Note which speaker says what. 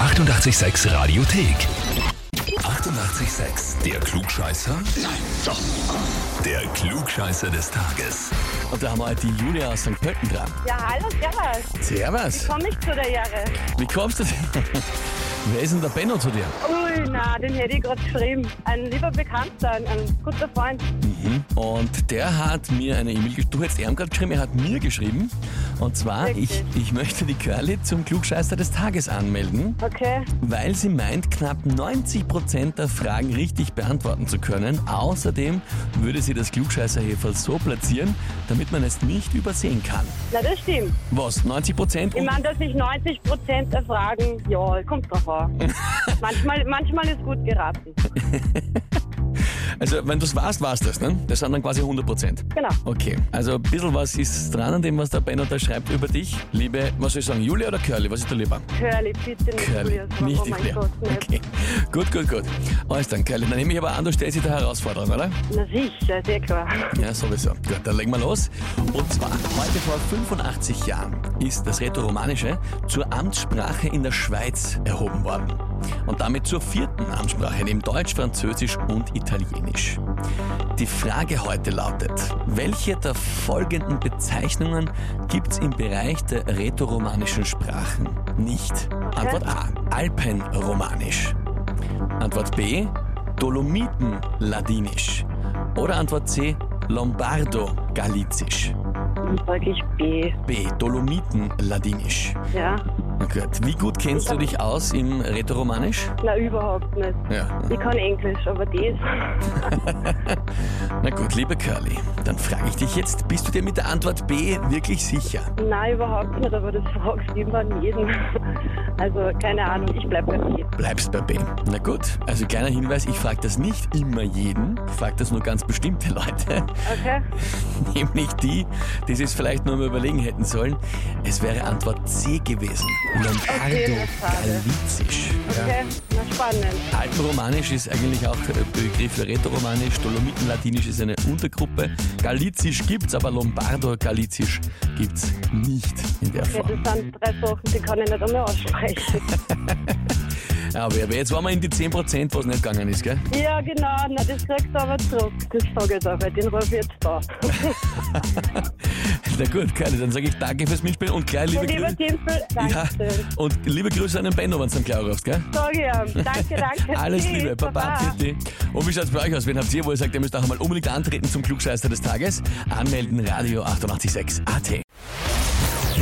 Speaker 1: 886 Radiothek. 88,6. Der Klugscheißer? Nein, doch. Der Klugscheißer des Tages.
Speaker 2: Und da haben wir halt die Julia aus St. Pölten dran.
Speaker 3: Ja, hallo, servus.
Speaker 2: Servus.
Speaker 3: Komm ich zu der Jahre.
Speaker 2: Wie kommst du denn? Wer ist denn der Benno zu dir?
Speaker 3: Ui, na, den hätte ich gerade geschrieben. Ein lieber Bekannter, ein, ein guter Freund.
Speaker 2: Und der hat mir eine E-Mail geschrieben. Du hättest ihm gerade geschrieben, er hat mir geschrieben. Und zwar, ich,
Speaker 3: Richtig.
Speaker 2: ich möchte die Curly zum Klugscheißer des Tages anmelden,
Speaker 3: Okay.
Speaker 2: weil sie meint, knapp 90% der Fragen richtig beantworten zu können. Außerdem würde sie das Klugscheißerheferl so platzieren, damit man es nicht übersehen kann.
Speaker 3: Na, das stimmt.
Speaker 2: Was? 90%
Speaker 3: Ich
Speaker 2: und
Speaker 3: meine, dass nicht 90 Prozent der Fragen, ja, kommt drauf an. manchmal, manchmal ist gut geraten.
Speaker 2: Also, wenn du es warst, war es das, ne? Das sind dann quasi 100 Prozent.
Speaker 3: Genau.
Speaker 2: Okay, also ein bisschen was ist dran an dem, was der Benno da schreibt über dich. Liebe, was soll ich sagen, Julia oder Curly? Was ist dir lieber?
Speaker 3: Curly, bitte nicht
Speaker 2: Curly,
Speaker 3: Julius.
Speaker 2: nicht
Speaker 3: oh
Speaker 2: die
Speaker 3: mein
Speaker 2: Claire.
Speaker 3: Gott, nicht.
Speaker 2: Okay, gut, gut, gut. Alles dann, Curly. Dann nehme ich aber an, du stellst dich der Herausforderung, oder?
Speaker 3: Na sicher, sehr klar.
Speaker 2: Ja, sowieso. Gut, dann legen wir los. Und zwar, heute vor 85 Jahren ist das Rätoromanische zur Amtssprache in der Schweiz erhoben worden. Und damit zur vierten Amtssprache, neben Deutsch, Französisch und Italienisch. Die Frage heute lautet, welche der folgenden Bezeichnungen gibt's im Bereich der rätoromanischen Sprachen nicht? Antwort A, Alpenromanisch. Antwort B, Dolomiten-Ladinisch. Oder Antwort C, Lombardo-Galizisch.
Speaker 3: Dann sag ich B.
Speaker 2: B, Dolomiten-Ladinisch.
Speaker 3: Ja.
Speaker 2: Gut. Wie gut kennst du dich aus im Rätoromanisch?
Speaker 3: Na, überhaupt nicht.
Speaker 2: Ja.
Speaker 3: Ich kann Englisch, aber das.
Speaker 2: Na gut, liebe Curly, dann frage ich dich jetzt, bist du dir mit der Antwort B wirklich sicher?
Speaker 3: Nein, überhaupt nicht, aber das fragst du immer an jeden. Also, keine Ahnung, ich bleib bei B.
Speaker 2: Bleibst bei B. Na gut, also kleiner Hinweis, ich frage das nicht immer jeden, ich frage das nur ganz bestimmte Leute.
Speaker 3: Okay?
Speaker 2: Nämlich die, die sich vielleicht nur mal überlegen hätten sollen. Es wäre Antwort C gewesen. Lombardo
Speaker 3: Okay, das ist schade.
Speaker 2: Galizisch.
Speaker 3: Okay, na spannend.
Speaker 2: Altromanisch ist eigentlich auch der Begriff für Rätoromanisch. Dolomitenladinisch ist eine Untergruppe. Galizisch gibt's, aber Lombardo-Galizisch gibt's nicht in der
Speaker 3: Ja,
Speaker 2: Form.
Speaker 3: das sind drei Sachen, die kann ich nicht einmal aussprechen.
Speaker 2: Aber aber jetzt waren wir in die 10%, was nicht gegangen ist, gell?
Speaker 3: ja, genau, na, das kriegst du aber zurück. Das sag ich aber, den ruf ich jetzt da.
Speaker 2: Na gut, Kerle, dann sage ich danke fürs Mitspielen und gleich liebe
Speaker 3: Und lieber
Speaker 2: Grüße.
Speaker 3: Timpel,
Speaker 2: Ja,
Speaker 3: danke schön.
Speaker 2: und liebe Grüße an den Benno, wenn's dann gleich rufst, gell?
Speaker 3: Sag ich ihm. Danke, danke.
Speaker 2: Alles
Speaker 3: Tschüss,
Speaker 2: Liebe, Baba, Titi. Und wie schaut's bei euch aus? Wen habt ihr, wo ihr sagt, ihr müsst auch mal unbedingt antreten zum Klugscheißer des Tages? Anmelden, Radio 886 AT.